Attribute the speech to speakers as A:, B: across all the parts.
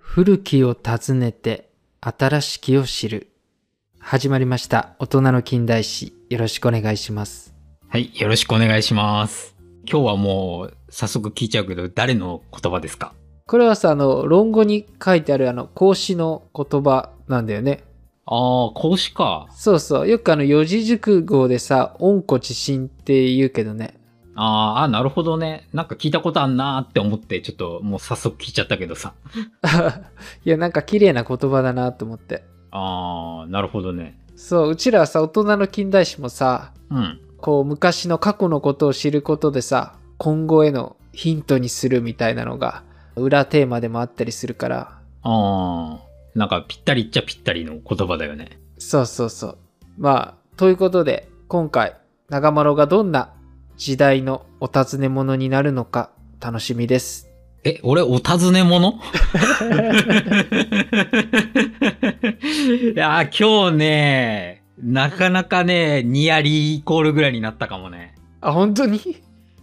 A: 古きを訪ねて新しきを知る。始まりました。大人の近代史。よろしくお願いします。
B: はい、よろしくお願いします。今日はもう早速聞いちゃうけど、誰の言葉ですか
A: これはさ、あの、論語に書いてあるあの、孔子の言葉なんだよね。
B: ああ、孔子か。
A: そうそう。よくあの、四字熟語でさ、恩子知心って言うけどね。
B: あーあ、なるほどね。なんか聞いたことあんなーって思って、ちょっともう早速聞いちゃったけどさ。
A: いや、なんか綺麗な言葉だなと思って。
B: ああ、なるほどね。
A: そう、うちらはさ、大人の近代史もさ、
B: うん。
A: こう、昔の過去のことを知ることでさ、今後へのヒントにするみたいなのが、裏テーマでもあったりするから、
B: ああ、なんかぴったりっちゃぴったりの言葉だよね。
A: そうそうそう。まあ、ということで、今回、長丸がどんな時代のお尋ね者になるのか、楽しみです。
B: え、俺、お尋ね 者いやー、今日ね、なかなかね、ニアリーイコールぐらいになったかもね。
A: あ、本当に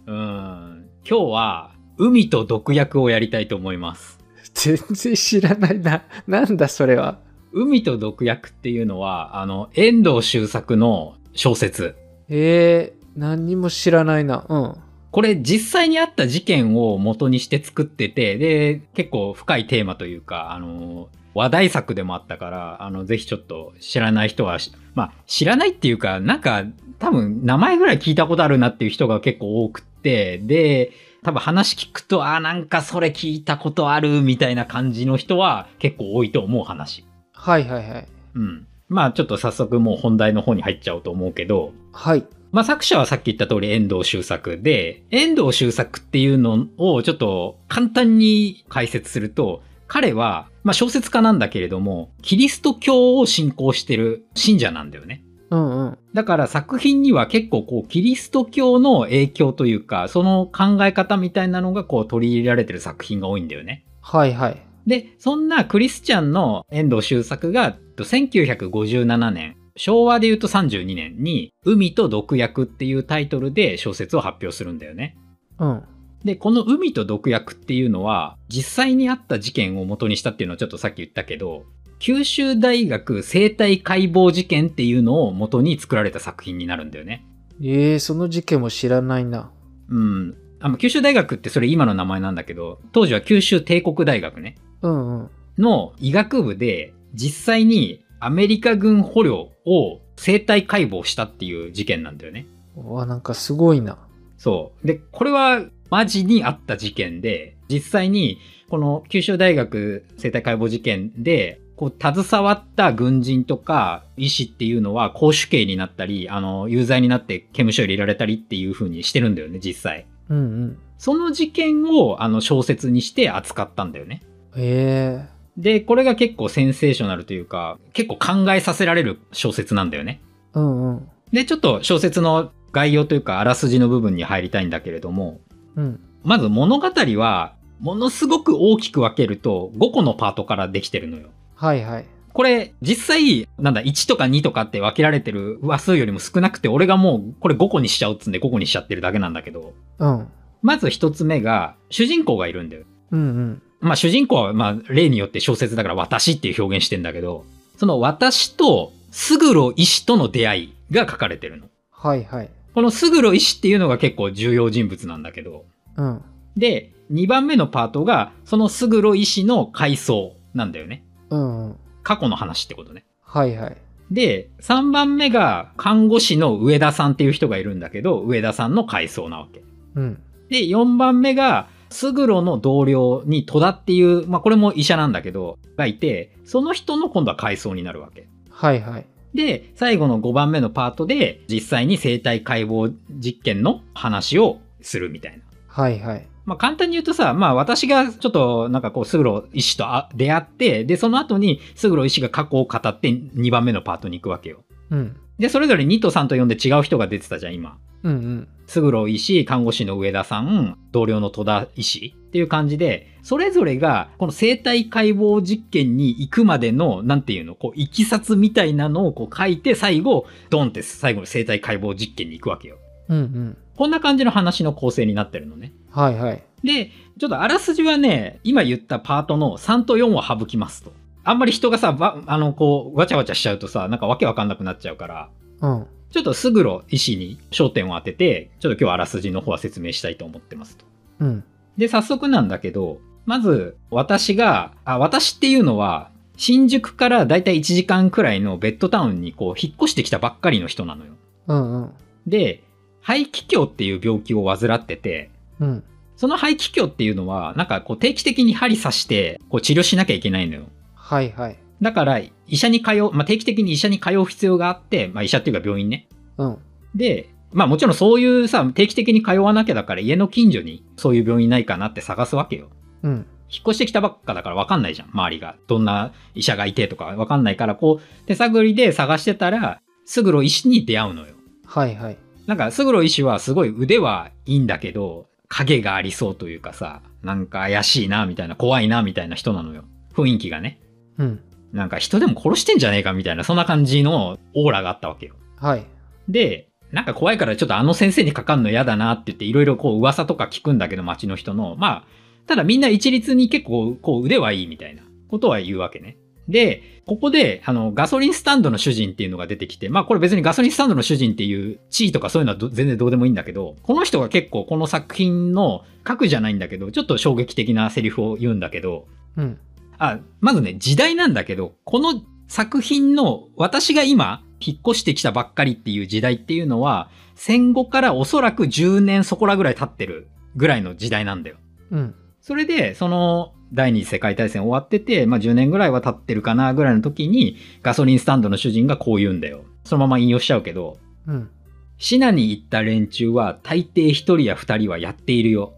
B: うん。今日は、海と毒薬をやりたいと思います。
A: 全然知らないな。なんだそれは。
B: 海と毒薬っていうのは、あの、遠藤周作の小説。
A: えー、何にも知らないな。うん。
B: これ実際にあった事件を元にして作ってて、で、結構深いテーマというか、あの、話題作でもあったから、あの、ぜひちょっと知らない人は、しまあ、知らないっていうか、なんか、多分名前ぐらい聞いたことあるなっていう人が結構多くって、で、多分話聞くと、あー、なんかそれ聞いたことあるみたいな感じの人は結構多いと思う話。
A: はいはいはい。
B: うん。まあ、ちょっと早速もう本題の方に入っちゃおうと思うけど、
A: はい。
B: まあ、作者はさっき言った通り遠藤周作で、遠藤周作っていうのをちょっと簡単に解説すると、彼は、まあ、小説家なんだけれども、キリスト教を信仰してる信者なんだよね。
A: うんうん。
B: だから作品には結構こう、キリスト教の影響というか、その考え方みたいなのがこう取り入れられてる作品が多いんだよね。
A: はいはい。
B: で、そんなクリスチャンの遠藤周作が、と1957年、昭和で言うと32年に、海と毒薬っていうタイトルで小説を発表するんだよね。
A: うん。
B: で、この海と毒薬っていうのは、実際にあった事件を元にしたっていうのはちょっとさっき言ったけど、九州大学生体解剖事件っていうのを元に作られた作品になるんだよね。
A: えー、その事件も知らないな。
B: うん。あの、九州大学ってそれ今の名前なんだけど、当時は九州帝国大学ね。
A: うんうん。
B: の医学部で実際にアメリカ軍捕虜を生体解剖したっていう事件なんだよね。
A: うわ、なんかすごいな。
B: そう。で、これはマジにあった事件で、実際にこの九州大学生体解剖事件で、こう、携わった軍人とか医師っていうのは公主刑になったり、あの、有罪になって刑務所に入れられたりっていう風にしてるんだよね、実際。
A: うんうん。
B: その事件を、あの、小説にして扱ったんだよね。
A: え
B: で、これが結構センセーショナルというか、結構考えさせられる小説なんだよね。
A: ー、うんうん。
B: で、ちょっと小説の概要というか、あらすじの部分に入りたいんだけれども、
A: うん。
B: まず物語は、ものすごく大きく分けると、5個のパートからできてるのよ。
A: はいはい。
B: これ、実際、なんだ、1とか2とかって分けられてる話数よりも少なくて、俺がもう、これ5個にしちゃうっつんで5個にしちゃってるだけなんだけど、
A: うん。うん
B: まず1つ目が、主人公がいるんだよ。
A: うん。
B: まあ主人公は、まあ例によって小説だから私っていう表現してんだけど、その私とすぐろ医師との出会いが書かれてるの。
A: はいはい。
B: このすぐろ医師っていうのが結構重要人物なんだけど。
A: うん。
B: で、2番目のパートが、そのすぐろ医師の回想なんだよね。
A: うんうん。
B: 過去の話ってことね。
A: はいはい。
B: で、3番目が看護師の上田さんっていう人がいるんだけど、上田さんの回想なわけ。
A: うん。
B: で、4番目が、スグロの同僚に戸田っていう、まあこれも医者なんだけど、がいて、その人の今度は回想になるわけ。
A: はいはい。
B: で、最後の5番目のパートで、実際に生体解剖実験の話をするみたいな。
A: はいはい。
B: まあ簡単に言うとさ、まあ私がちょっとなんかこう、スグロ医師とあ出会って、で、その後にスグロ医師が過去を語って2番目のパートに行くわけよ。
A: うん。
B: で、それぞれ2と3と4で違う人が出てたじゃん、今。
A: うんうん。
B: すぐろ医師、看護師の上田さん、同僚の戸田医師っていう感じで、それぞれがこの生体解剖実験に行くまでの、なんていうの、こう、いきさつみたいなのをこう書いて、最後、ドンって最後の生体解剖実験に行くわけよ。
A: うんうん。
B: こんな感じの話の構成になってるのね。
A: はいはい。
B: で、ちょっとあらすじはね、今言ったパートの3と4を省きますと。あんまり人がさ、ばあの、こう、わちゃわちゃしちゃうとさ、なんかわけわかんなくなっちゃうから、
A: うん。
B: ちょっとすぐろ医師に焦点を当てて、ちょっと今日はあらすじの方は説明したいと思ってますと。
A: うん。
B: で、早速なんだけど、まず私が、あ、私っていうのは、新宿からだいたい1時間くらいのベッドタウンにこう、引っ越してきたばっかりの人なのよ。
A: うんうん。
B: で、肺気胸っていう病気を患ってて、
A: うん。
B: その肺気胸っていうのは、なんかこう定期的に針刺して、こう治療しなきゃいけないのよ。
A: はいはい。
B: だから、医者に通う、まあ、定期的に医者に通う必要があって、まあ、医者っていうか病院ね。
A: うん。
B: で、まあもちろんそういうさ、定期的に通わなきゃだから家の近所にそういう病院ないかなって探すわけよ。
A: うん。
B: 引っ越してきたばっかだから分かんないじゃん、周りが。どんな医者がいてとか分かんないから、こう、手探りで探してたら、すぐろ医師に出会うのよ。
A: はいはい。
B: なんか、すぐろ医師はすごい腕はいいんだけど、影がありそうというかさ、なんか怪しいな、みたいな、怖いな、みたいな人なのよ。雰囲気がね。
A: うん。
B: なんか人でも殺してんじゃねえか、みたいな、そんな感じのオーラがあったわけよ。
A: はい。
B: で、なんか怖いからちょっとあの先生にかかんの嫌だなって言っていろいろこう噂とか聞くんだけど街の人の。まあ、ただみんな一律に結構こう腕はいいみたいなことは言うわけね。で、ここであのガソリンスタンドの主人っていうのが出てきて、まあこれ別にガソリンスタンドの主人っていう地位とかそういうのはど全然どうでもいいんだけど、この人が結構この作品の核じゃないんだけど、ちょっと衝撃的なセリフを言うんだけど、
A: うん。
B: あ、まずね、時代なんだけど、この作品の私が今、引っ越してきたばっかりっていう時代っていうのは、戦後からおそらく10年そこらぐらい経ってるぐらいの時代なんだよ。
A: うん。
B: それで、その第二次世界大戦終わってて、まあ10年ぐらいは経ってるかなぐらいの時に、ガソリンスタンドの主人がこう言うんだよ。そのまま引用しちゃうけど、
A: うん。
B: シナに行った連中は大抵一人や二人はやっているよ。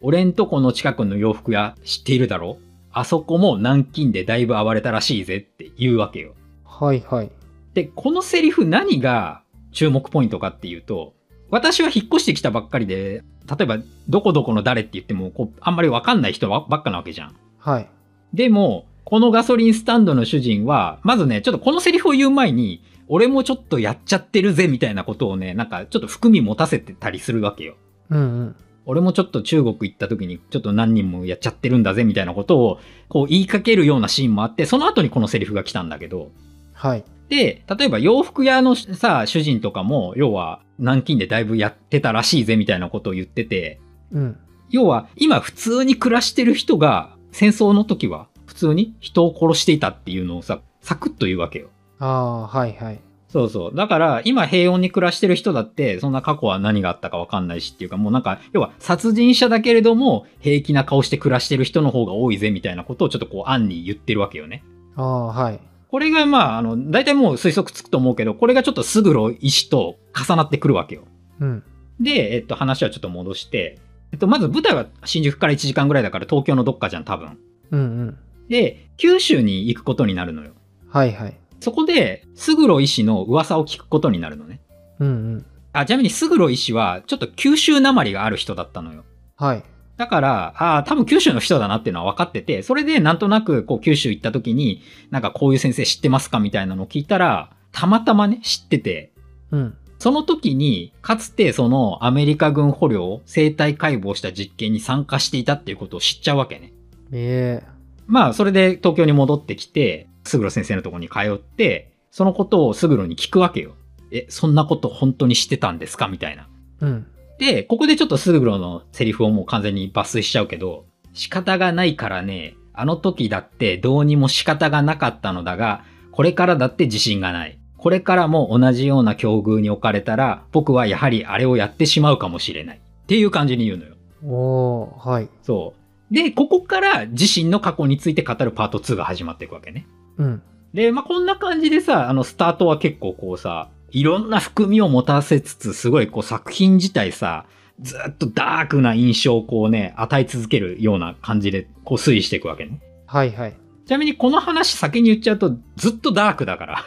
B: 俺んとこの近くの洋服屋知っているだろあそこも南京でだいぶ暴れたらしいぜって言うわけよ。
A: はいはい。
B: で、このセリフ何が注目ポイントかっていうと、私は引っ越してきたばっかりで、例えばどこどこの誰って言ってもこうあんまりわかんない人ばっかなわけじゃん。
A: はい。
B: でも、このガソリンスタンドの主人は、まずね、ちょっとこのセリフを言う前に、俺もちょっとやっちゃってるぜみたいなことをね、なんかちょっと含み持たせてたりするわけよ。
A: うんうん。
B: 俺もちょっと中国行った時にちょっと何人もやっちゃってるんだぜみたいなことをこう言いかけるようなシーンもあって、その後にこのセリフが来たんだけど、
A: はい。
B: で、例えば洋服屋のさ、主人とかも、要は南京でだいぶやってたらしいぜみたいなことを言ってて、
A: うん。
B: 要は今普通に暮らしてる人が戦争の時は普通に人を殺していたっていうのをさサクッと言うわけよ
A: ああ、はいはい。
B: そうそうだから今平穏に暮らしてる人だってそんな過去は何があったかわかんないしっていうかもうなんか要は殺人者だけれども平気な顔して暮らしてる人の方が多いぜみたいなことをちょっとこう暗に言ってるわけよね
A: ああ、はい。
B: これがまああの大体もう推測つくと思うけどこれがちょっとすぐろ石と重なってくるわけよ
A: うん。
B: で、えっと、話はちょっと戻して、えっと、まず舞台は新宿から1時間ぐらいだから東京のどっかじゃん、多分。
A: うんうん。
B: で、九州に行くことになるのよ。
A: はいはい。
B: そこで、すぐろ医師の噂を聞くことになるのね。
A: うんうん。
B: あ、ちなみにすぐろ医師は、ちょっと九州なまりがある人だったのよ。
A: はい。
B: だから、ああ、多分九州の人だなっていうのは分かってて、それでなんとなく、こう、九州行った時に、なんかこういう先生知ってますかみたいなのを聞いたら、たまたまね、知ってて、
A: うん。
B: その時に、かつてそのアメリカ軍捕虜を生体解剖した実験に参加していたっていうことを知っちゃうわけね。
A: え
B: まあ、それで東京に戻ってきて、すぐろ先生のところに通って、そのことをすぐろに聞くわけよ。え、そんなこと本当にしてたんですかみたいな。
A: えうん。
B: で、ここでちょっとすぐろのセリフをもう完全に抜粋しちゃうけど、仕方がないからね、あの時だってどうにも仕方がなかったのだが、これからだって自信がない。これからも同じような境遇に置かれたら、僕はやはりあれをやってしまうかもしれない。っていう感じに言うのよ。
A: おおはい。
B: そう。で、ここから自身の過去について語るパート2が始まっていくわけね。
A: うん。
B: で、まあ、こんな感じでさ、あの、スタートは結構こうさ、いろんな含みを持たせつつ、すごいこう作品自体さ、ずっとダークな印象をこうね、与え続けるような感じで、こう推移していくわけね。
A: はいはい。
B: ちなみにこの話先に言っちゃうと、ずっとダークだから。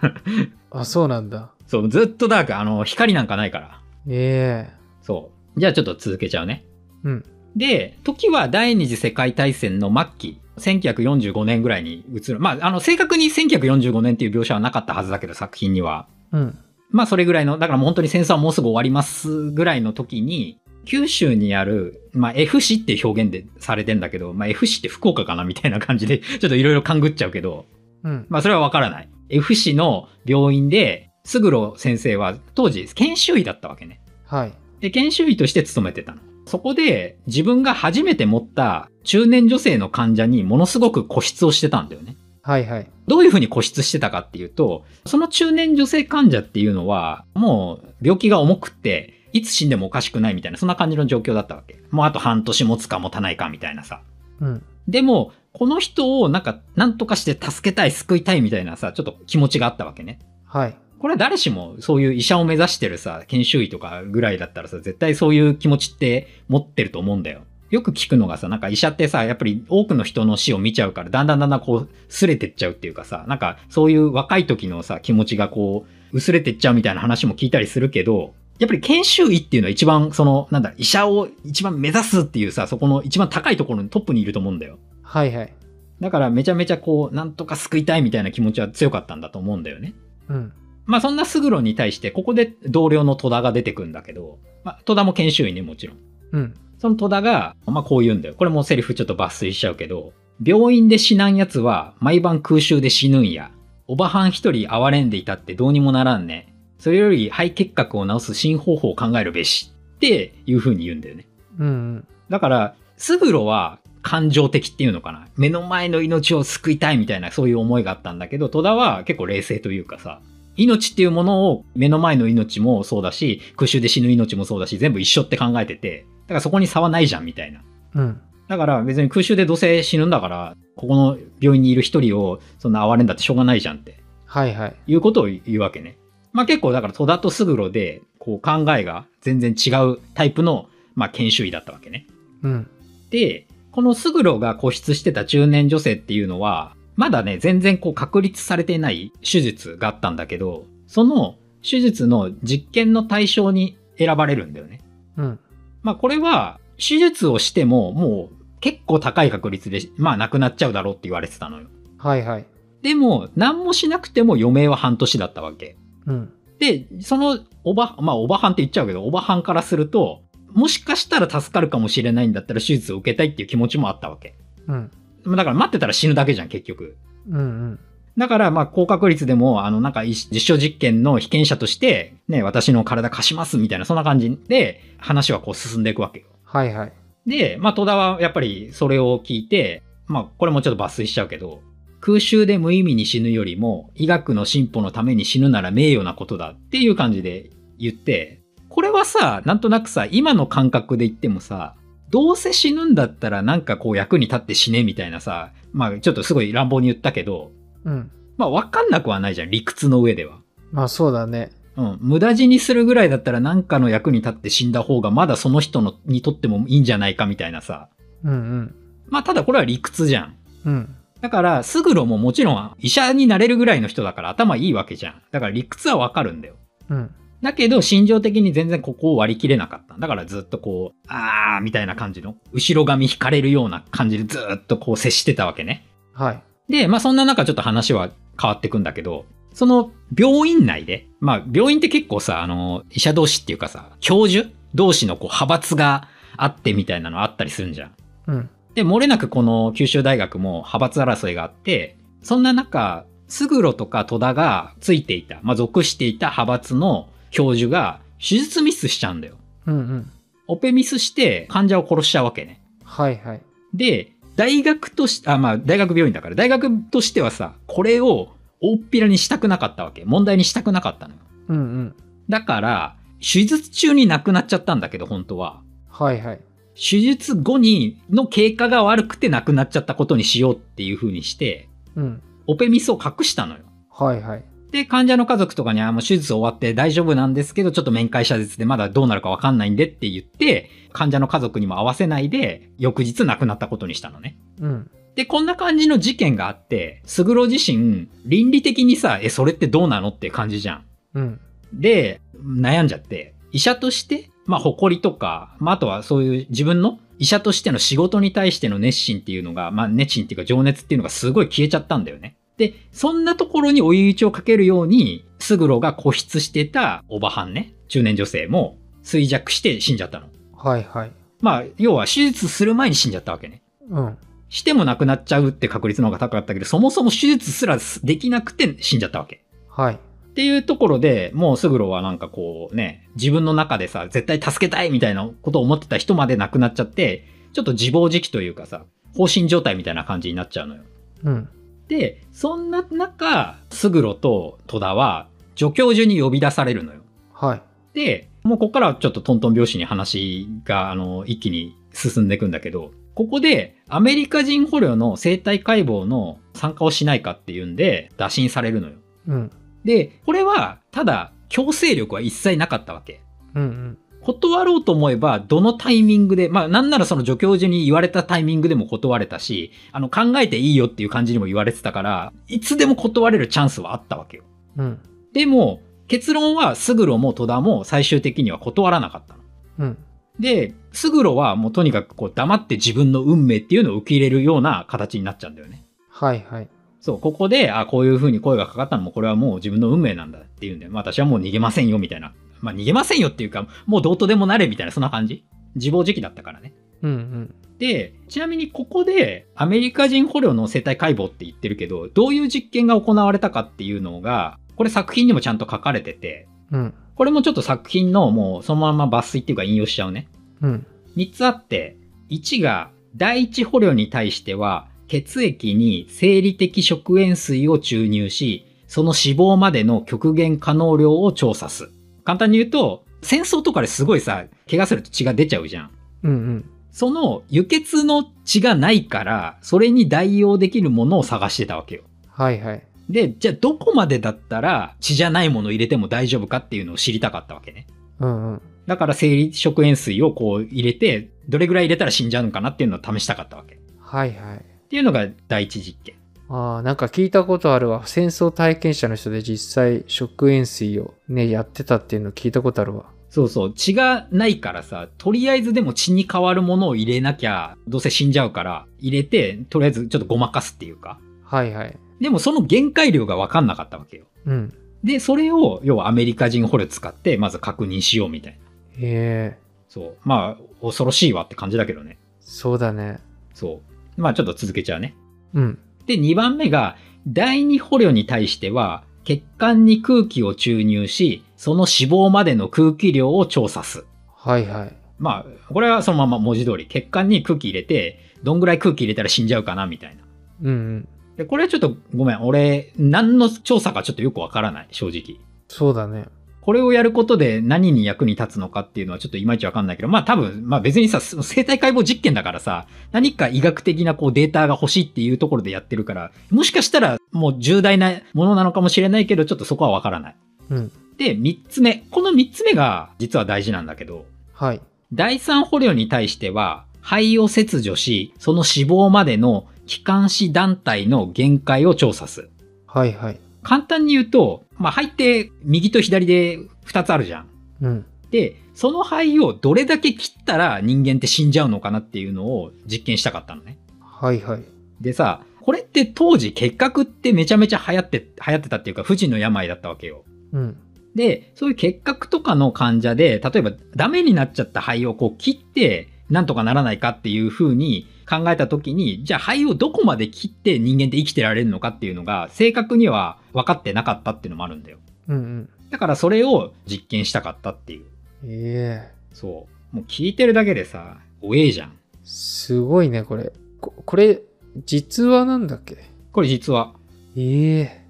A: あ、そうなんだ。
B: そう、ずっとダーク。あの、光なんかないから。
A: ええ
B: そう。じゃあちょっと続けちゃうね。
A: うん。
B: で、時は第二次世界大戦の末期、1945年ぐらいに移る。まあ、あの、正確に1945年っていう描写はなかったはずだけど、作品には。
A: うん。
B: まあそれぐらいの、だからもう本当に戦争はもうすぐ終わりますぐらいの時に、九州にある、まあ、F 市って表現でされてんだけど、まあ、F 市って福岡かなみたいな感じで、 ちょっといろいろ勘ぐっちゃうけど、
A: うん。
B: まあ、それはわからない。F 市の病院で、すぐろ先生は当時研修医だったわけね。
A: はい。
B: で、研修医として勤めてたの。そこで自分が初めて持った中年女性の患者にものすごく固執をしてたんだよね。
A: はいはい。
B: どういうふうに固執してたかっていうと、その中年女性患者っていうのは、もう病気が重くって、いつ死んでもおかしくないみたいな、そんな感じの状況だったわけ。もうあと半年持つか持たないかみたいなさ。
A: うん。
B: でも、この人をなんか、なんとかして助けたい、救いたいみたいなさ、ちょっと気持ちがあったわけね。
A: はい。
B: これは誰しもそういう医者を目指してるさ、研修医とかぐらいだったらさ、絶対そういう気持ちって持ってると思うんだよ。よく聞くのがさ、なんか医者ってさ、やっぱり多くの人の死を見ちゃうから、だんだんだんだんこう、すれてっちゃうっていうかさ、なんかそういう若い時のさ、気持ちがこう、薄れてっちゃうみたいな話も聞いたりするけど、やっぱり研修医っていうのは一番その、なんだ、医者を一番目指すっていうさ、そこの一番高いところのトップにいると思うんだよ。
A: はいはい。
B: だからめちゃめちゃこう、なんとか救いたいみたいな気持ちは強かったんだと思うんだよね。
A: うん。
B: まあそんなスグロに対して、ここで同僚の戸田が出てくんだけど、まあ、戸田も研修医ね、もちろん。
A: うん。
B: その戸田が、まあこう言うんだよ。これもうセリフちょっと抜粋しちゃうけど、病院で死なん奴は毎晩空襲で死ぬんや。おばはん一人哀れんでいたってどうにもならんね。それより肺結核を治す新方法を考えるべし。っていう風に言うんだよね。
A: うんうん。
B: だから、スグロは感情的っていうのかな。目の前の命を救いたいみたいなそういう思いがあったんだけど、戸田は結構冷静というかさ、命っていうものを目の前の命もそうだし、空襲で死ぬ命もそうだし、全部一緒って考えてて、だからそこに差はないじゃんみたいな。
A: うん。
B: だから別に空襲でどうせ死ぬんだから、ここの病院にいる一人をそんな哀れんだってしょうがないじゃんって。
A: はいはい。
B: いうことを言うわけね。まあ結構だから戸田とスグロで、こう考えが全然違うタイプの、まあ研修医だったわけね。
A: うん。
B: で、このスグロが固執してた中年女性っていうのは、まだね、全然こう確立されてない手術があったんだけど、その手術の実験の対象に選ばれるんだよね。
A: うん。
B: まあこれは、手術をしてももう結構高い確率で、まあなくなっちゃうだろうって言われてたのよ。
A: はいはい。
B: でも、何もしなくても余命は半年だったわけ。
A: うん。
B: で、そのおば、まあおばはんって言っちゃうけど、おばはんからすると、もしかしたら助かるかもしれないんだったら手術を受けたいっていう気持ちもあったわけ。
A: うん。
B: まあだから待ってたら死ぬだけじゃん、結局。
A: うんうん。
B: だから、まあ、高確率でも、あの、なんか、い実証実験の被験者として、ね、私の体貸します、みたいな、そんな感じで、話はこう進んでいくわけよ。
A: はいはい。
B: で、まあ、戸田はやっぱりそれを聞いて、まあ、これもちょっと抜粋しちゃうけど、空襲で無意味に死ぬよりも、医学の進歩のために死ぬなら名誉なことだっていう感じで言って、これはさ、なんとなくさ、今の感覚で言ってもさ、どうせ死ぬんだったらなんかこう役に立って死ねみたいなさ、まあちょっとすごい乱暴に言ったけど、
A: うん。
B: まあわかんなくはないじゃん、理屈の上では。
A: まあそうだね。
B: うん、無駄死にするぐらいだったらなんかの役に立って死んだ方がまだその人のにとってもいいんじゃないかみたいなさ、
A: うんうん。
B: まあただこれは理屈じゃん。
A: うん。
B: だから、スグロももちろん医者になれるぐらいの人だから頭いいわけじゃん。だから理屈はわかるんだよ。
A: うん。
B: だけど、心情的に全然ここを割り切れなかった。だからずっとこう、あーみたいな感じの、後ろ髪引かれるような感じでずっとこう接してたわけね。
A: はい。
B: で、まあそんな中ちょっと話は変わってくんだけど、その病院内で、まあ病院って結構さ、あの、医者同士っていうかさ、教授同士のこう派閥があってみたいなのあったりするんじゃん。
A: うん。
B: で、漏れなくこの九州大学も派閥争いがあって、そんな中、スグロとか戸田がついていた、まあ、属していた派閥の教授が手術ミスしちゃうんだよ。
A: うんうん。
B: オペミスして患者を殺しちゃうわけね。
A: はいはい。
B: で、大学としあ、まあ、大学病院だから、大学としてはさ、これを大っぴらにしたくなかったわけ。問題にしたくなかったのよ。
A: うんうん。
B: だから、手術中に亡くなっちゃったんだけど、本当は。
A: はいはい。
B: 手術後にの経過が悪くて亡くなっちゃったことにしようっていう風にして、
A: うん。
B: オペミスを隠したのよ。
A: はいはい。
B: で、患者の家族とかに、あ、もう手術終わって大丈夫なんですけど、ちょっと面会謝絶でまだどうなるかわかんないんでって言って、患者の家族にも合わせないで、翌日亡くなったことにしたのね。
A: うん。
B: で、こんな感じの事件があって、スグロ自身、倫理的にさ、え、それってどうなのって感じじゃん。
A: うん。
B: で、悩んじゃって、医者として、まあ、誇りとか、まあ、あとはそういう自分の医者としての仕事に対しての熱心っていうのが、まあ、熱心っていうか情熱っていうのがすごい消えちゃったんだよね。で、そんなところに追い打ちをかけるように、スグロが固執してたおばはんね、中年女性も衰弱して死んじゃったの。
A: はいはい。
B: まあ、要は手術する前に死んじゃったわけね。
A: うん。
B: しても亡くなっちゃうって確率の方が高かったけど、そもそも手術すらできなくて死んじゃったわけ。
A: はい。
B: っていうところでもうスグロはなんかこうね、自分の中でさ、絶対助けたいみたいなことを思ってた人まで亡くなっちゃって、ちょっと自暴自棄というかさ、放心状態みたいな感じになっちゃうのよ。
A: うん。
B: で、そんな中、スグロと戸田は助教授に呼び出されるのよ。
A: はい。
B: で、もうここからはちょっとトントン拍子に話が、あの、一気に進んでいくんだけど、ここでアメリカ人捕虜の生体解剖の参加をしないかっていうんで、打診されるのよ。
A: うん。
B: で、これは、ただ、強制力は一切なかったわけ。
A: うんうん。
B: 断ろうと思えば、どのタイミングで、まあ、なんならその助教授に言われたタイミングでも断れたし、あの、考えていいよっていう感じにも言われてたから、いつでも断れるチャンスはあったわけよ。
A: うん。
B: でも、結論は、スグロも戸田も最終的には断らなかったの。
A: うん。
B: で、スグロはもうとにかくこう黙って自分の運命っていうのを受け入れるような形になっちゃうんだよね。
A: はいはい。
B: そう、ここで、あ、こういう風に声がかかったのも、これはもう自分の運命なんだっていうんで、まあ私はもう逃げませんよみたいな。まあ逃げませんよっていうか、もうどうとでもなれみたいな、そんな感じ。自暴自棄だったからね。
A: うん
B: で、ちなみにここで、アメリカ人捕虜の生体解剖って言ってるけど、どういう実験が行われたかっていうのが、これ作品にもちゃんと書かれてて、
A: うん。うん。
B: これもちょっと作品のもうそのまま抜粋っていうか引用しちゃうね。
A: うん。
B: 3つあって1が第一捕虜に対しては血液に生理的食塩水を注入しその死亡までの極限可能量を調査す簡単に言うと戦争とかですごいさ怪我すると血が出ちゃうじゃん
A: うんうん。
B: その輸血の血がないからそれに代用できるものを探してたわけよ
A: はいはい。
B: でじゃあどこまでだったら血じゃないものを入れても大丈夫かっていうのを知りたかったわけね
A: うんうん。
B: だから生理食塩水をこう入れて、どれぐらい入れたら死んじゃうのかなっていうのを試したかったわけ。っ
A: はいはい。
B: ていうのが第一実験。
A: ああ、なんか聞いたことあるわ。戦争体験者の人で実際食塩水をね、やってたっていうの聞いたことあるわ。
B: そうそう、血がないからさ、とりあえずでも血に変わるものを入れなきゃ、どうせ死んじゃうから、入れて、とりあえずちょっとごまかすっていうか。
A: はいはい。
B: でもその限界量がわかんなかったわけよ。
A: うん。
B: で、それを、要はアメリカ人捕虜使って、まず確認しようみたいな。
A: へえ、
B: そう。まあ、恐ろしいわって感じだけどね。
A: そうだね。
B: そう。まあ、ちょっと続けちゃうね。
A: うん。
B: で、2番目が、第二捕虜に対しては、血管に空気を注入し、その死亡までの空気量を調査す。
A: はいはい。
B: まあ、これはそのまま文字通り、血管に空気入れて、どんぐらい空気入れたら死んじゃうかな、みたいな。
A: うんうん。
B: で、これはちょっとごめん、俺、何の調査かちょっとよくわからない、正直。
A: そうだね。
B: これをやることで何に役に立つのかっていうのはちょっといまいちわかんないけど、まあ多分、まあ別にさ、その生体解剖実験だからさ、何か医学的なこうデータが欲しいっていうところでやってるから、もしかしたらもう重大なものなのかもしれないけど、ちょっとそこはわからない。
A: うん。
B: で、三つ目。この三つ目が実は大事なんだけど、
A: はい。
B: 第三捕虜に対しては、肺を切除し、その死亡までの気管支団体の限界を調査する。
A: はいはい。
B: 簡単に言うと、まあ肺って右と左で二つあるじゃん。
A: うん。
B: で、その肺をどれだけ切ったら人間って死んじゃうのかなっていうのを実験したかったのね。
A: はいはい。
B: でさ、これって当時結核ってめちゃめちゃ流行って、流行ってたっていうか不治の病だったわけよ。
A: うん。
B: で、そういう結核とかの患者で、例えばダメになっちゃった肺をこう切って、なんとかならないかっていうふうに考えた時に、じゃあ肺をどこまで切って人間って生きてられるのかっていうのが正確には分かってなかったっていうのもあるんだよ。
A: うん
B: だからそれを実験したかったっていう。
A: うん。ええ
B: そう。もう聞いてるだけでさ、おえじゃん。
A: すごいね、これ。ここれ、実話なんだっけ
B: これ実は。
A: ええ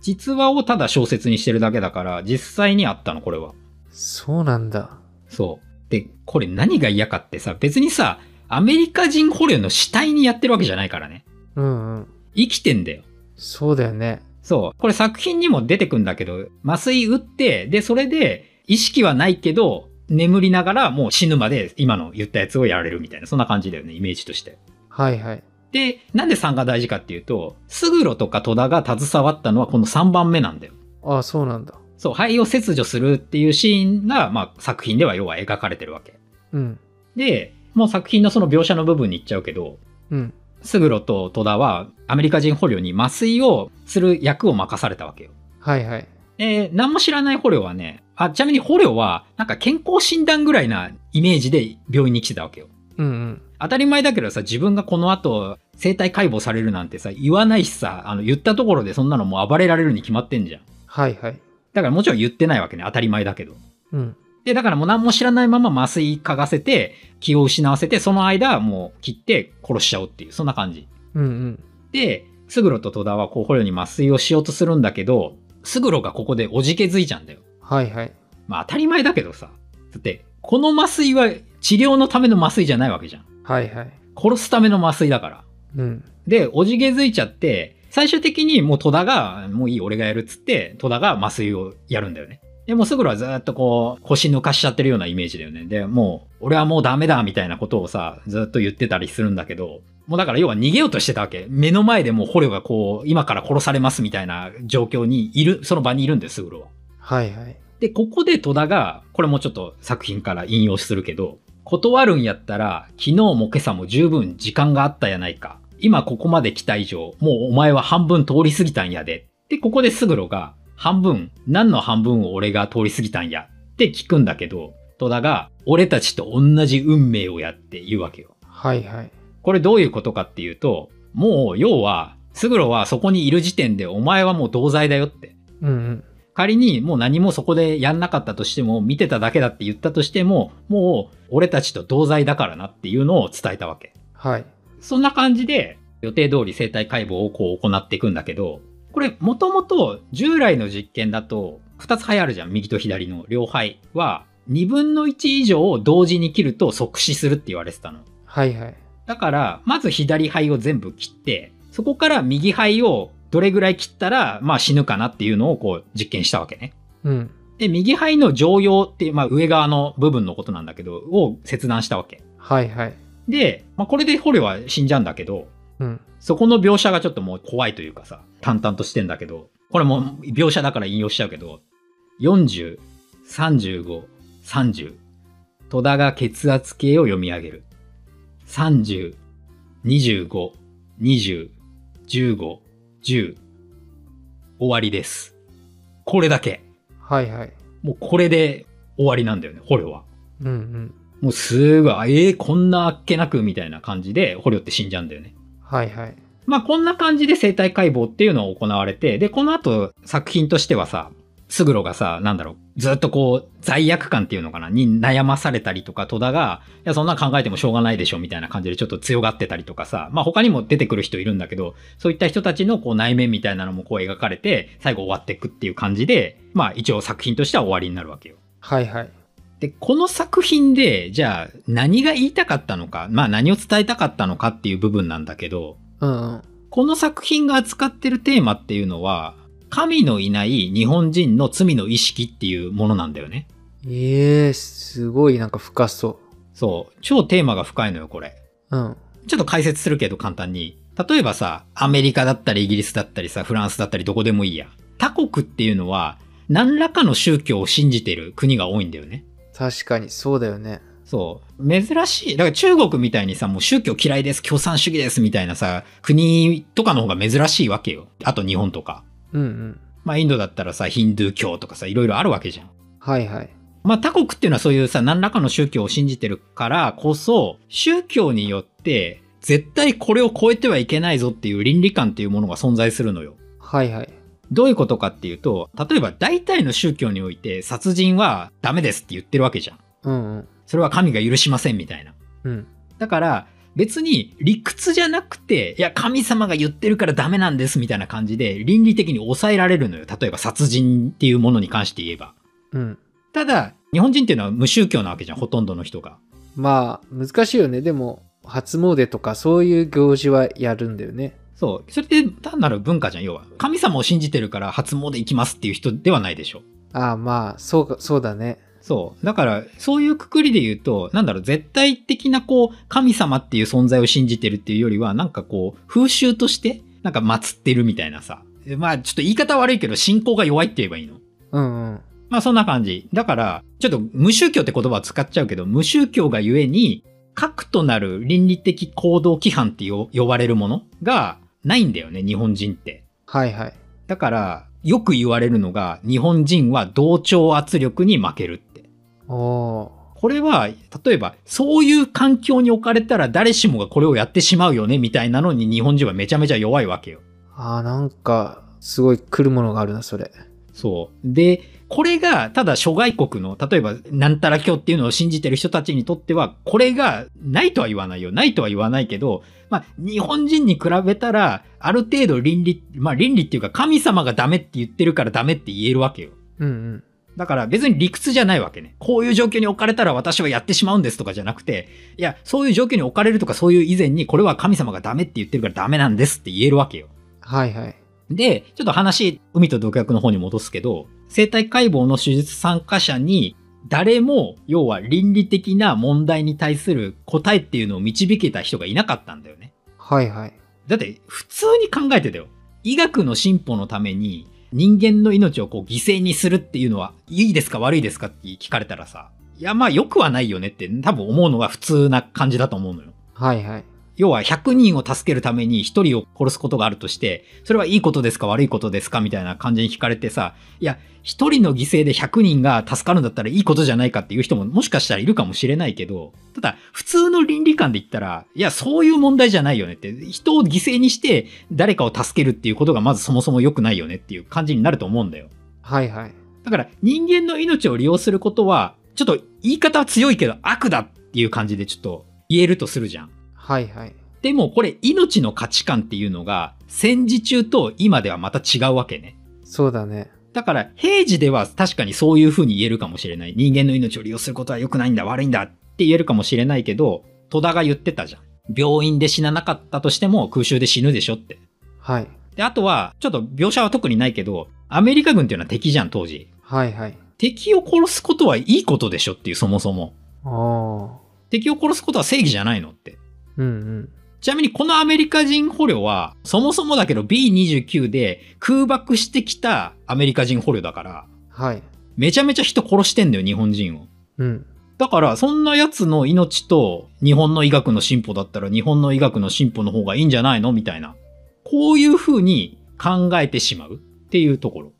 B: 実話をただ小説にしてるだけだから、実際にあったの、これは。
A: そうなんだ。
B: そう。で、これ何が嫌かってさ、別にさ、アメリカ人捕虜の死体にやってるわけじゃないからね。
A: うんうん。
B: 生きてんだよ。
A: そうだよね。
B: そう。これ作品にも出てくんだけど、麻酔打って、で、それで、意識はないけど、眠りながらもう死ぬまで今の言ったやつをやられるみたいな、そんな感じだよね、イメージとして。
A: はいはい。
B: で、なんで3が大事かっていうと、スグロとか戸田が携わったのはこの3番目なんだよ。
A: ああ、そうなんだ。
B: そう、肺を切除するっていうシーンが、まあ、作品では要は描かれてるわけ。
A: うん。
B: で、もう作品のその描写の部分に行っちゃうけど、
A: うん。
B: スグロと戸田はアメリカ人捕虜に麻酔をする役を任されたわけよ。
A: はいはい。
B: えー何も知らない捕虜はね、あ、ちなみに捕虜は、なんか健康診断ぐらいなイメージで病院に来てたわけよ。
A: うんうん。
B: 当たり前だけどさ、自分がこの後、生体解剖されるなんてさ、言わないしさ、あの、言ったところでそんなのもう暴れられるに決まってんじゃん。
A: はいはい。
B: だからもちろん言ってないわけね、当たり前だけど。
A: うん。
B: で、だからもう何も知らないまま麻酔嗅がせて、気を失わせて、その間もう切って殺しちゃおうっていう、そんな感じ。
A: うんうん。
B: で、スグロと戸田はこう捕虜に麻酔をしようとするんだけど、スグロがここでおじけづいちゃうんだよ。
A: はいはい。
B: まあ当たり前だけどさ。だって、この麻酔は治療のための麻酔じゃないわけじゃん。
A: はいはい。
B: 殺すための麻酔だから。
A: うん。
B: で、おじけづいちゃって、最終的にもう戸田が、もういい俺がやるっつって、戸田が麻酔をやるんだよね。で、もうすぐらはずーっとこう、腰抜かしちゃってるようなイメージだよね。で、もう、俺はもうダメだみたいなことをさ、ずーっと言ってたりするんだけど、もうだから要は逃げようとしてたわけ。目の前でもう捕虜がこう、今から殺されますみたいな状況にいる、その場にいるんだよ、スグロは。
A: はいはい。
B: で、ここで戸田が、これもちょっと作品から引用するけど、断るんやったら、昨日も今朝も十分時間があったやないか。今ここまで来た以上、もうお前は半分通り過ぎたんやで。で、ここでスグロが、半分、何の半分を俺が通り過ぎたんやって聞くんだけど、戸田が、俺たちと同じ運命をやって言うわけよ。
A: はいはい。
B: これどういうことかっていうと、もう要は、スグロはそこにいる時点でお前はもう同罪だよって。
A: うんうん。
B: 仮にもう何もそこでやんなかったとしても、見てただけだって言ったとしても、もう俺たちと同罪だからなっていうのを伝えたわけ。
A: はい。
B: そんな感じで、予定通り生体解剖をこう行っていくんだけど、これもともと従来の実験だと、2つ肺あるじゃん、右と左の両肺は、2分の1以上を同時に切ると即死するって言われてたの。
A: はいはい。
B: だから、まず左肺を全部切って、そこから右肺をどれぐらい切ったら、まあ死ぬかなっていうのをこう実験したわけね。
A: うん。
B: で、右肺の上葉っていう、まあ、上側の部分のことなんだけど、を切断したわけ。
A: はいはい。
B: で、まあ、これで捕虜は死んじゃうんだけど、
A: うん。
B: そこの描写がちょっともう怖いというかさ、淡々としてんだけど、これも描写だから引用しちゃうけど、40、35、30。戸田が血圧計を読み上げる。30、25、20、15、10。終わりです。これだけ。
A: はいはい。
B: もうこれで終わりなんだよね、捕虜は。
A: うんうん。
B: もうすごい、あえー、こんなあっけなくみたいな感じで捕虜って死んじゃうんだよね。
A: はいはい。
B: まあこんな感じで生体解剖っていうのを行われて、で、この後作品としてはさ、スグロがさ、なんだろう、ずっとこう、罪悪感っていうのかな、に悩まされたりとか、戸田が、いや、そんな考えてもしょうがないでしょ、みたいな感じでちょっと強がってたりとかさ、まあ他にも出てくる人いるんだけど、そういった人たちのこう内面みたいなのもこう描かれて、最後終わっていくっていう感じで、まあ一応作品としては終わりになるわけよ。
A: はいはい。
B: で、この作品で、じゃあ何が言いたかったのか、まあ何を伝えたかったのかっていう部分なんだけど、
A: うんうん。
B: この作品が扱ってるテーマっていうのは、神のいない日本人の罪の意識っていうものなんだよね。
A: ええすごいなんか深そ
B: そう。超テーマが深いのよ、これ。
A: う。うん。
B: ちょっと解説するけど簡単に。例えばさ、アメリカだったりイギリスだったりさ、フランスだったりどこでもいいや。他国っていうのは、何らかの宗教を信じてる国が多いんだよね。
A: 確かにそうだよね。
B: そう。珍しい。だから中国みたいにさ、もう宗教嫌いです、共産主義ですみたいなさ、国とかの方が珍しいわけよ。あと日本とか。
A: うんうん。
B: まあインドだったらさ、ヒンドゥー教とかさ、いろいろあるわけじゃん。
A: はいはい。
B: まあ他国っていうのはそういうさ、何らかの宗教を信じてるからこそ、宗教によって、絶対これを超えてはいけないぞっていう倫理観っていうものが存在するのよ。
A: はいはい。
B: どういうことかっていうと、例えば大体の宗教において殺人はダメですって言ってるわけじゃん。
A: うんうん。
B: それは神が許しませんみたいな。
A: うん。
B: だから別に理屈じゃなくて、いや神様が言ってるからダメなんですみたいな感じで倫理的に抑えられるのよ。例えば殺人っていうものに関して言えば。
A: うん。
B: ただ、日本人っていうのは無宗教なわけじゃん、ほとんどの人が。
A: まあ、難しいよね。でも、初詣とかそういう行事はやるんだよね。
B: そう。それって単なる文化じゃん、要は。神様を信じてるから初詣行きますっていう人ではないでしょ。
A: ああ、まあ、そうか、そうだね。
B: そう。だから、そういうくくりで言うと、なんだろう、絶対的なこう、神様っていう存在を信じてるっていうよりは、なんかこう、風習として、なんか祀ってるみたいなさ。まあ、ちょっと言い方悪いけど、信仰が弱いって言えばいいの。
A: うんうん。
B: まあそんな感じ。だから、ちょっと無宗教って言葉は使っちゃうけど、無宗教がゆえに、核となる倫理的行動規範ってよ呼ばれるものがないんだよね、日本人って。
A: はいはい。
B: だから、よく言われるのが、日本人は同調圧力に負けるって。
A: おー
B: これは、例えば、そういう環境に置かれたら誰しもがこれをやってしまうよね、みたいなのに日本人はめちゃめちゃ弱いわけよ。
A: あーなんかすごい来るものがあるなそれ
B: そう。で、これが、ただ諸外国の、例えば、なんたら教っていうのを信じてる人たちにとっては、これがないとは言わないよ。ないとは言わないけど、まあ、日本人に比べたら、ある程度倫理、まあ、倫理っていうか、神様がダメって言ってるからダメって言えるわけよ。
A: うんうん
B: だから別に理屈じゃないわけね。こういう状況に置かれたら私はやってしまうんですとかじゃなくて、いや、そういう状況に置かれるとかそういう以前に、これは神様がダメって言ってるからダメなんですって言えるわけよ。
A: はいはい
B: で、ちょっと話、海と毒薬の方に戻すけど、生体解剖の手術参加者に、誰も、要は倫理的な問題に対する答えっていうのを導けた人がいなかったんだよね。
A: はいはい
B: だって、普通に考えてたよ。医学の進歩のために、人間の命をこう犠牲にするっていうのは、いいですか悪いですかって聞かれたらさ、いや、まあ、良くはないよねって、多分思うのが普通な感じだと思うのよ。
A: はいはい
B: 要は100人を助けるために1人を殺すことがあるとして、それはいいことですか悪いことですかみたいな感じに聞かれてさ、いや、1人の犠牲で100人が助かるんだったらいいことじゃないかっていう人ももしかしたらいるかもしれないけど、ただ、普通の倫理観で言ったら、いや、そういう問題じゃないよねって、人を犠牲にして誰かを助けるっていうことがまずそもそも良くないよねっていう感じになると思うんだよ。
A: はいはい
B: だから人間の命を利用することは、ちょっと言い方は強いけど悪だっていう感じでちょっと言えるとするじゃん。
A: はいはい
B: でもこれ命の価値観っていうのが戦時中と今ではまた違うわけね。
A: そうだね
B: だから平時では確かにそういうふうに言えるかもしれない。人間の命を利用することは良くないんだ、悪いんだって言えるかもしれないけど、戸田が言ってたじゃん。病院で死ななかったとしても空襲で死ぬでしょって。
A: はい
B: で、あとは、ちょっと描写は特にないけど、アメリカ軍っていうのは敵じゃん、当時。
A: はいはい
B: 敵を殺すことはいいことでしょっていう、そもそも。
A: おー
B: 敵を殺すことは正義じゃないのって。
A: うんうん
B: ちなみにこのアメリカ人捕虜は、そもそもだけど B29 で空爆してきたアメリカ人捕虜だから、
A: はい
B: めちゃめちゃ人殺してんだよ、日本人を。
A: うん
B: だから、そんな奴の命と日本の医学の進歩だったら日本の医学の進歩の方がいいんじゃないのみたいな。こういう風に考えてしまうっていうところ。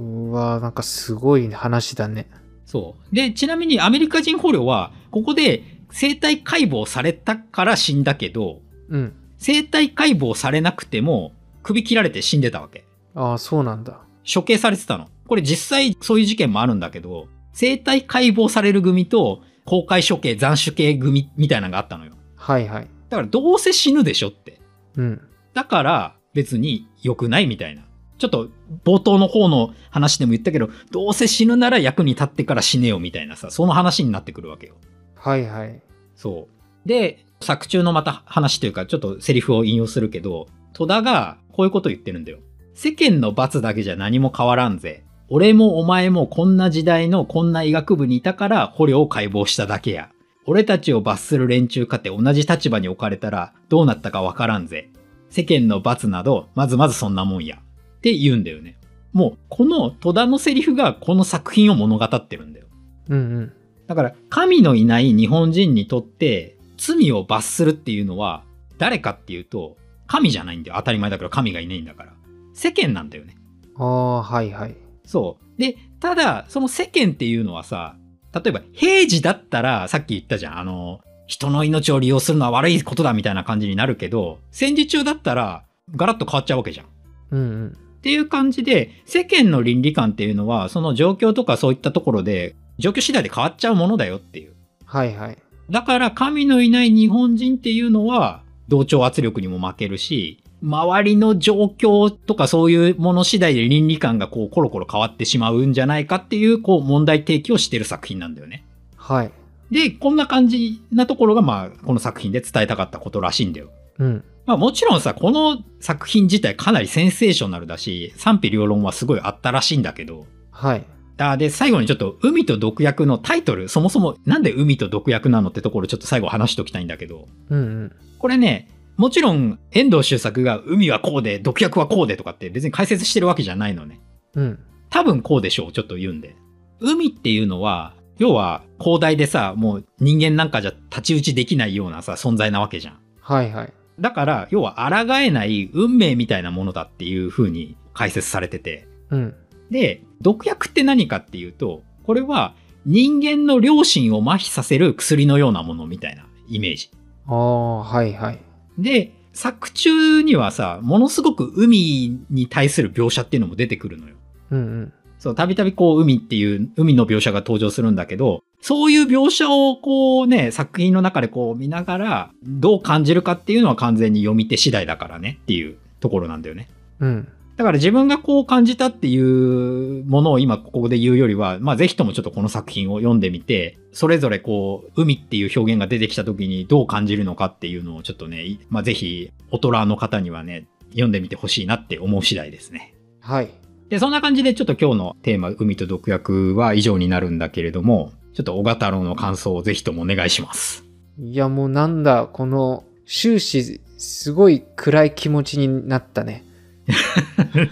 A: うわーなんかすごい話だね
B: そう。で、ちなみにアメリカ人捕虜は、ここで生体解剖されたから死んだけど、
A: うん
B: 生体解剖されなくても首切られて死んでたわけ。
A: ああそうなんだ
B: 処刑されてたの。これ実際そういう事件もあるんだけど、生体解剖される組と公開処刑、斬首刑組みたいなのがあったのよ。
A: はいはい
B: だからどうせ死ぬでしょって。
A: うん
B: だから別に良くないみたいな。ちょっと冒頭の方の話でも言ったけど、どうせ死ぬなら役に立ってから死ねよみたいなさ、その話になってくるわけよ。
A: はいはい
B: そう。で、作中のまた話というか、ちょっとセリフを引用するけど、戸田がこういうこと言ってるんだよ。世間の罰だけじゃ何も変わらんぜ。俺もお前もこんな時代のこんな医学部にいたから捕虜を解剖しただけや。俺たちを罰する連中かて同じ立場に置かれたらどうなったかわからんぜ。世間の罰などまずまずそんなもんや。って言うんだよね。もうこの戸田のセリフがこの作品を物語ってるんだよ。
A: うんうん
B: だから神のいない日本人にとって罪を罰するっていうのは誰かっていうと神じゃないんだよ。当たり前だから神がいないんだから。世間なんだよね。
A: ああはいはい
B: そう。で、ただその世間っていうのはさ、例えば平時だったらさっき言ったじゃん。あの、人の命を利用するのは悪いことだみたいな感じになるけど、戦時中だったらガラッと変わっちゃうわけじゃん。
A: うんうん
B: っていう感じで、世間の倫理観っていうのは、その状況とかそういったところで、状況次第で変わっちゃうものだよっていう。
A: はいはい
B: だから神のいない日本人っていうのは同調圧力にも負けるし、周りの状況とかそういうもの次第で倫理観がこうコロコロ変わってしまうんじゃないかっていうこう問題提起をしてる作品なんだよね。
A: はい
B: で、こんな感じなところがまあこの作品で伝えたかったことらしいんだよ。
A: うん
B: まあもちろんさ、この作品自体かなりセンセーショナルだし、賛否両論はすごいあったらしいんだけど、
A: はい
B: あで、最後にちょっと、海と毒薬のタイトル、そもそもなんで海と毒薬なのってところちょっと最後話しておきたいんだけど、
A: うんうん
B: これね、もちろん、遠藤周作が海はこうで、毒薬はこうでとかって別に解説してるわけじゃないのね。
A: うん
B: 多分こうでしょう、ちょっと言うんで。海っていうのは、要は広大でさ、もう人間なんかじゃ立ち打ちできないようなさ、存在なわけじゃん。
A: はいはい
B: だから、要は抗えない運命みたいなものだっていう風に解説されてて、
A: うん。
B: で、毒薬って何かっていうと、これは人間の良心を麻痺させる薬のようなものみたいなイメージ。
A: ああ、はいはい。
B: で、作中にはさ、ものすごく海に対する描写っていうのも出てくるのよ。
A: うんうん。
B: そう、たびたびこう海っていう、海の描写が登場するんだけど、そういう描写をこうね、作品の中でこう見ながら、どう感じるかっていうのは完全に読み手次第だからねっていうところなんだよね。
A: うん。
B: だから自分がこう感じたっていうものを今ここで言うよりは、まあぜひともちょっとこの作品を読んでみて、それぞれこう、海っていう表現が出てきた時にどう感じるのかっていうのをちょっとね、いまあぜひ、大人の方にはね、読んでみてほしいなって思う次第ですね。
A: はい。
B: で、そんな感じでちょっと今日のテーマ、海と毒薬は以上になるんだけれども、ちょっと小型郎の感想をぜひともお願いします。
A: いやもうなんだ、この終始すごい暗い気持ちになったね。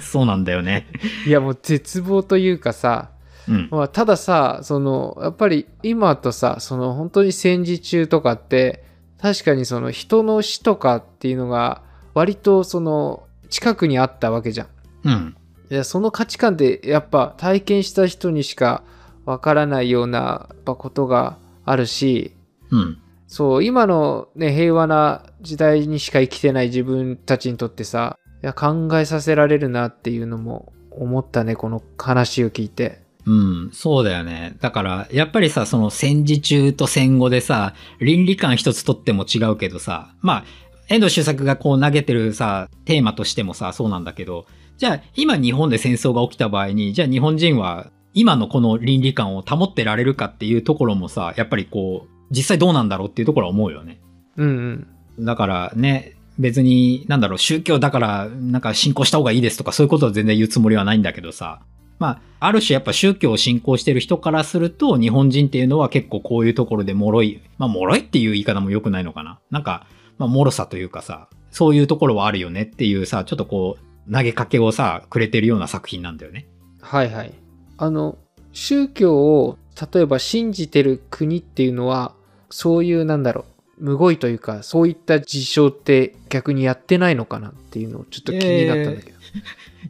B: そうなんだよね。
A: いやもう絶望というかさ、
B: うん。
A: まあ、たださそのやっぱり今とさその本当に戦時中とかって確かにその人の死とかっていうのが割とその近くにあったわけじゃん。
B: うん。
A: いやその価値観ってやっぱ体験した人にしかわからないようなやっぱことがあるし
B: うん。
A: そう今の、ね、平和な時代にしか生きてない自分たちにとってさいや考えさせられるなっていうのも思ったねこの話を聞いて。
B: うん、そうだよね。だから、やっぱりさ、その戦時中と戦後でさ、倫理観一つとっても違うけどさ、まあ、遠藤周作がこう投げてるさ、テーマとしてもさ、そうなんだけど、じゃあ今日本で戦争が起きた場合に、じゃあ日本人は今のこの倫理観を保ってられるかっていうところもさ、やっぱりこう、実際どうなんだろうっていうところは思うよね。
A: うんうん
B: だからね、別に、なんだろう、宗教だから、なんか信仰した方がいいですとか、そういうことは全然言うつもりはないんだけどさ。まあ、ある種やっぱ宗教を信仰してる人からすると、日本人っていうのは結構こういうところで脆い。まあ、脆いっていう言い方も良くないのかな。なんか、まあ、脆さというかさ、そういうところはあるよねっていうさ、ちょっとこう、投げかけをさ、くれてるような作品なんだよね。
A: はいはい。あの、宗教を例えば信じてる国っていうのは、そういうなんだろう、むごいというか、そういった事象って逆にやってないのかなっていうのをちょっと気になったんだけど。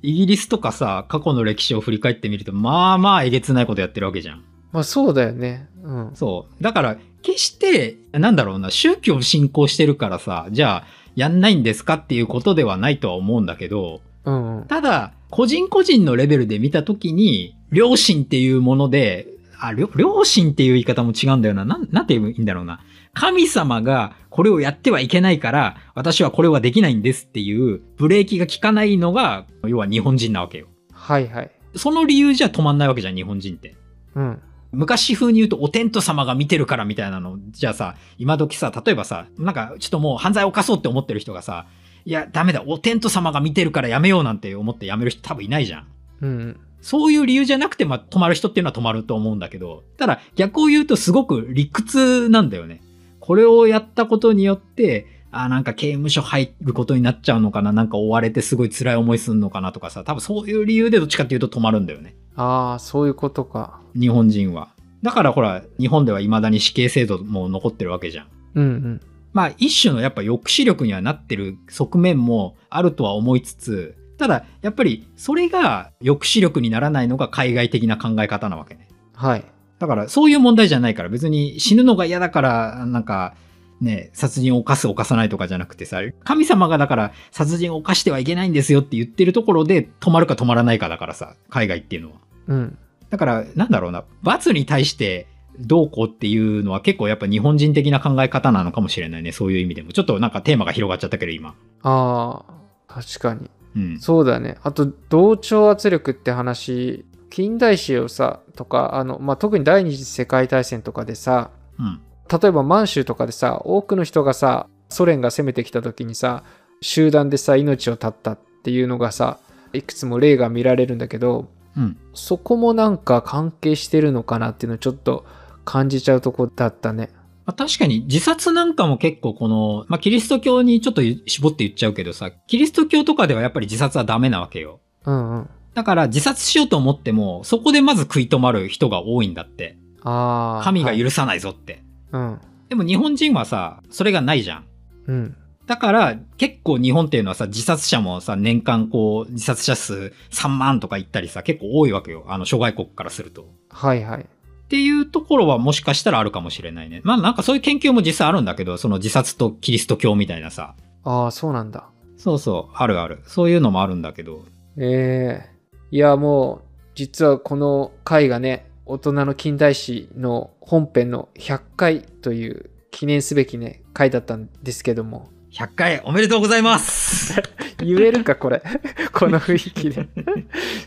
B: イギリスとかさ、過去の歴史を振り返ってみると、まあまあえげつないことやってるわけじゃん。
A: まあそうだよね。うん。
B: そう。だから、決して、なんだろうな、宗教を信仰してるからさ、じゃあ、やんないんですかっていうことではないとは思うんだけど、
A: うんうん。
B: ただ、個人個人のレベルで見たときに、良心っていうもので、あ、良良心っていう言い方も違うんだよな。なん、なんて言えばいいんだろうな。神様がこれをやってはいけないから、私はこれはできないんですっていう、ブレーキが効かないのが、要は日本人なわけよ。
A: はいはい。
B: その理由じゃ止まんないわけじゃん、日本人って。
A: うん。
B: 昔風に言うとお天道様が見てるからみたいなの、じゃあさ、今時さ、例えばさ、なんかちょっともう犯罪を犯そうって思ってる人がさ、いや、ダメだ、お天道様が見てるからやめようなんて思ってやめる人多分いないじゃん。
A: うんうん。
B: そういう理由じゃなくて、まあ、止まる人っていうのは止まると思うんだけど、ただ逆を言うとすごく理屈なんだよね。これをやったことによって、あーなんか刑務所入ることになっちゃうのかな、なんか追われてすごい辛い思いするのかなとかさ、多分そういう理由でどっちかっていうと止まるんだよね。
A: ああ、そういうことか。
B: 日本人は。だからほら、日本では未だに死刑制度も残ってるわけじゃん。
A: うんうん。
B: まあ一種のやっぱ抑止力にはなってる側面もあるとは思いつつ、ただやっぱりそれが抑止力にならないのが海外的な考え方なわけね。
A: はい。
B: だからそういう問題じゃないから別に死ぬのが嫌だからなんかね、殺人を犯す犯さないとかじゃなくてさ、神様がだから殺人を犯してはいけないんですよって言ってるところで止まるか止まらないかだからさ、海外っていうのは。
A: うん。
B: だから、なんだろうな、罰に対してどうこうっていうのは結構やっぱ日本人的な考え方なのかもしれないね、そういう意味でも。ちょっとなんかテーマが広がっちゃったけど、今。
A: ああ、確かに。
B: うん。
A: そうだね。あと、同調圧力って話、近代史をさ、とか、あの、まあ、特に第二次世界大戦とかでさ、
B: うん。
A: 例えば満州とかでさ、多くの人がさ、ソ連が攻めてきた時にさ、集団でさ、命を絶ったっていうのがさ、いくつも例が見られるんだけど、
B: うん。
A: そこもなんか関係してるのかなっていうのをちょっと感じちゃうとこだったね。
B: まあ、確かに自殺なんかも結構この、まあ、キリスト教にちょっと絞って言っちゃうけどさ、キリスト教とかではやっぱり自殺はダメなわけよ。
A: うんうん。
B: だから自殺しようと思っても、そこでまず食い止まる人が多いんだって。
A: ああ。
B: 神が
A: る。
B: 許さないぞって。
A: うん。
B: でも日本人はさ、それがないじゃん。
A: うん。
B: だから結構日本っていうのはさ、自殺者もさ、年間こう、自殺者数3万とかいったりさ、結構多いわけよ。あの、諸外国からすると。
A: はいはい。
B: っていうところはもしかしたらあるかもしれないね。まあなんかそういう研究も実際あるんだけど、その自殺とキリスト教みたいなさ。
A: ああ、そうなんだ。
B: そうそう、あるある。そういうのもあるんだけど。
A: ええいや、もう、実はこの回がね、大人の近代史の本編の100回という記念すべきね、回だったんですけども。
B: 100回おめでとうございます
A: 言えるか、これ。 この雰囲気で。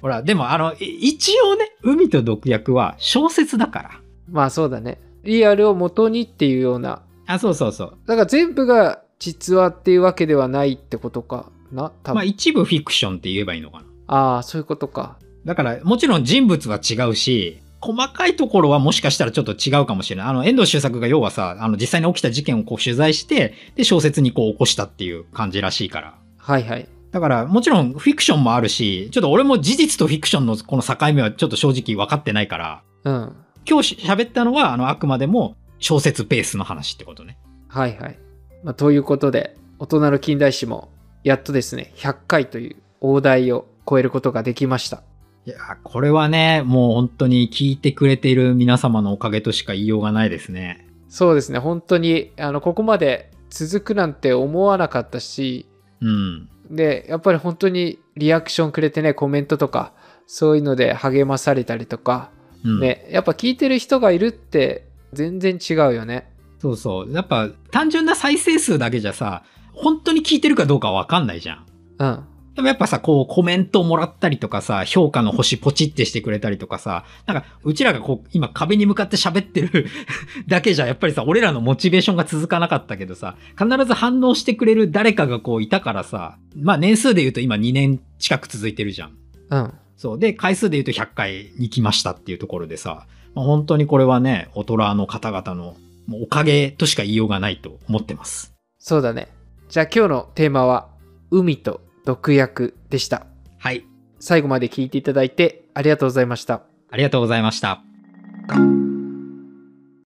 B: ほら、でもあの、い一応ね、海と毒薬は小説だから。
A: まあそうだね。リアルを元にっていうような。
B: あ、そうそうそう。
A: だから全部が実話っていうわけではないってことかな、多
B: まあ
A: 分。
B: 一部フィクションって言えばいいのかな。
A: ああ、そういうことか。
B: だから、もちろん人物は違うし、細かいところはもしかしたらちょっと違うかもしれない。あの、遠藤周作が要はさ、あの、実際に起きた事件をこう取材して、で、小説にこう起こしたっていう感じらしいから。
A: はいはい。
B: だから、もちろんフィクションもあるし、ちょっと俺も事実とフィクションのこの境目はちょっと正直分かってないから、
A: うん。
B: 今日し喋ったのは、あの、あくまでも小説ベースの話ってことね。
A: はいはい。まあ、ということで、大人の近代史も、やっとですね、100回という大台を超えることができました。
B: いやー、これはね、もう本当に聞いてくれている皆様のおかげとしか言いようがないですね。
A: そうですね、本当に、あの、ここまで続くなんて思わなかったし、
B: うん。
A: で、やっぱり本当にリアクションくれてね、コメントとか、そういうので励まされたりとか、
B: うん、
A: ね、やっぱ聞いてる人がいるって全然違うよね。
B: そうそう。やっぱ単純な再生数だけじゃさ、本当に聞いてるかどうかわかんないじゃん。
A: うん。
B: でもやっぱさ、こうコメントをもらったりとかさ、評価の星ポチってしてくれたりとかさ、なんかうちらがこう今壁に向かって喋ってる だけじゃやっぱりさ、俺らのモチベーションが続かなかったけどさ、必ず反応してくれる誰かがこういたからさ、まあ年数で言うと今2年近く続いてるじゃん。
A: うん。
B: そう。で、回数で言うと100回に来ましたっていうところでさ、まあ、本当にこれはね、大人の方々のもうおかげとしか言いようがないと思ってます。
A: そうだね。じゃあ今日のテーマは、海と毒薬でした。
B: はい。
A: 最後まで聞いていただいてありがとうございました。
B: ありがとうございました。